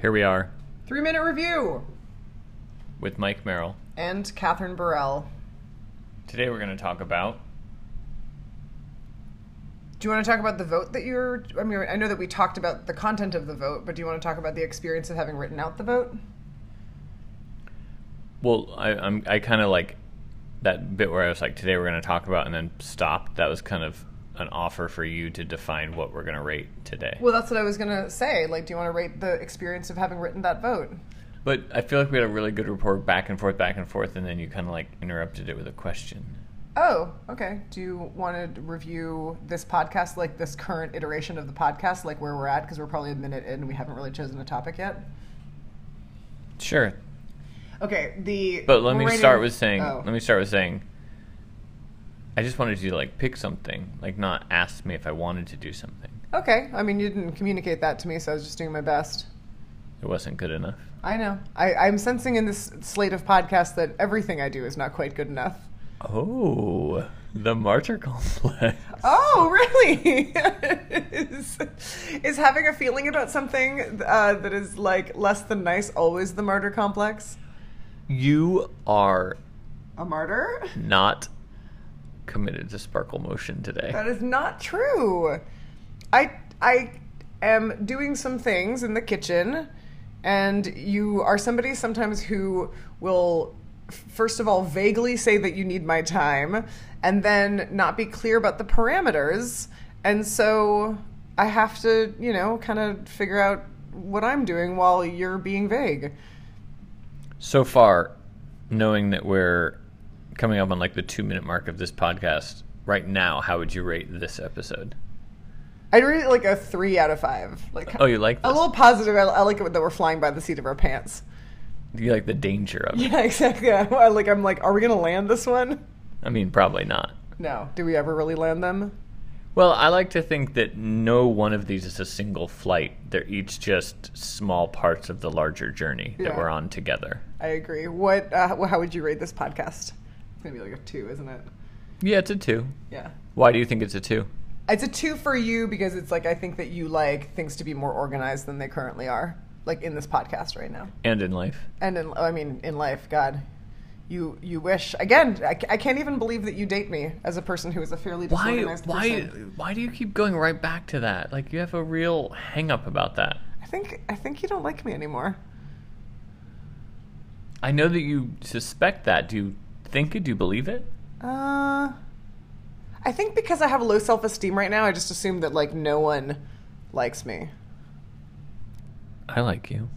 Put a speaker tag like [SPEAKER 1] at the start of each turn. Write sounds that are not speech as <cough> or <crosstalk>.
[SPEAKER 1] Here we are
[SPEAKER 2] Three minute review
[SPEAKER 1] with Mike Merrill.
[SPEAKER 2] and Catherine Burrell.
[SPEAKER 1] Today we're going to talk about
[SPEAKER 2] Do you want to talk about the vote that you're? I mean, I know that we talked about the content of the vote, but do you want to talk about the experience of having written out the vote?
[SPEAKER 1] well, I, I'm I kind of like that bit where I was like, today we're going to talk about, and then stopped. That was kind of an offer for you to define what we're going to rate today.
[SPEAKER 2] Well, that's what I was gonna say. Like, do you want to rate the experience of having written that vote?
[SPEAKER 1] But I feel like we had a really good report back and forth, back and forth, and then you kind of like interrupted it with a question.
[SPEAKER 2] Oh, okay. Do you want to review this podcast, like this current iteration of the podcast, like where we're at? Because we're probably a minute in, and we haven't really chosen a topic yet.
[SPEAKER 1] Sure,
[SPEAKER 2] Okay. The
[SPEAKER 1] But let
[SPEAKER 2] we're
[SPEAKER 1] me
[SPEAKER 2] rating-
[SPEAKER 1] start with saying.
[SPEAKER 2] Oh.
[SPEAKER 1] Let me start with saying. I just wanted you to like pick something, like not ask me if I wanted to do something.
[SPEAKER 2] Okay. I mean, you didn't communicate that to me, so I was just doing my best.
[SPEAKER 1] It wasn't good enough.
[SPEAKER 2] I know. I, I'm sensing in this slate of podcasts that everything I do is not quite good enough.
[SPEAKER 1] Oh, the martyr complex. <laughs>
[SPEAKER 2] Oh, <laughs> really? is, is having a feeling about something uh, that is like less than nice always the martyr complex?
[SPEAKER 1] You are
[SPEAKER 2] A martyr?
[SPEAKER 1] not committed to sparkle motion today.
[SPEAKER 2] That is not true. I I am doing some things in the kitchen, and you are somebody sometimes who will f- first of all vaguely say that you need my time, and then not be clear about the parameters, and so I have to you know kind of figure out what I'm doing while you're being vague.
[SPEAKER 1] So far, knowing that we're coming up on like the two minute mark of this podcast right now, how would you rate this episode?
[SPEAKER 2] I'd rate it like a three out of five. Like
[SPEAKER 1] Oh, you like
[SPEAKER 2] a
[SPEAKER 1] this?
[SPEAKER 2] little positive. I, I like it that we're flying by the seat of our pants.
[SPEAKER 1] You like the danger of it?
[SPEAKER 2] <laughs> Yeah, exactly. I, I- like I'm like, are we gonna land this one?
[SPEAKER 1] I mean, probably not.
[SPEAKER 2] No. Do we ever really land them?
[SPEAKER 1] Well, I like to think that no one of these is a single flight. They're each just small parts of the larger journey that
[SPEAKER 2] Yeah.
[SPEAKER 1] we're on together.
[SPEAKER 2] I agree. What? Uh, wh- how would you rate this podcast? It's gonna be like a two, isn't it?
[SPEAKER 1] Yeah, it's a two.
[SPEAKER 2] Yeah.
[SPEAKER 1] Why do you think it's a two?
[SPEAKER 2] It's a two for you because it's like I think that you like things to be more organized than they currently are, like in this podcast right now,
[SPEAKER 1] And in life.
[SPEAKER 2] and in I mean in life, God. You, you wish again. I, ca- I can't even believe that you date me as a person who is a fairly
[SPEAKER 1] Why?
[SPEAKER 2] disorganized
[SPEAKER 1] Why?
[SPEAKER 2] person.
[SPEAKER 1] Why do you keep going right back to that? Like you have a real hang up about that.
[SPEAKER 2] I think I think you don't like me anymore.
[SPEAKER 1] I know that you suspect that. Do you think it? Do you believe it?
[SPEAKER 2] Uh, I think because I have low self esteem right now, I just assume that like no one likes me.
[SPEAKER 1] I like you.